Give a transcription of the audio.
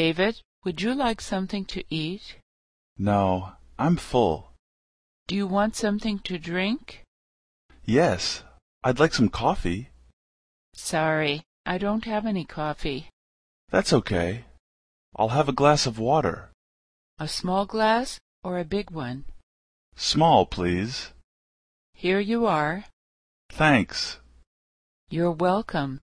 David, would you like something to eat? No, I'm full. Do you want something to drink? Yes, I'd like some coffee. Sorry, I don't have any coffee. That's okay. I'll have a glass of water. A small glass or a big one? Small, please. Here you are. Thanks. You're welcome.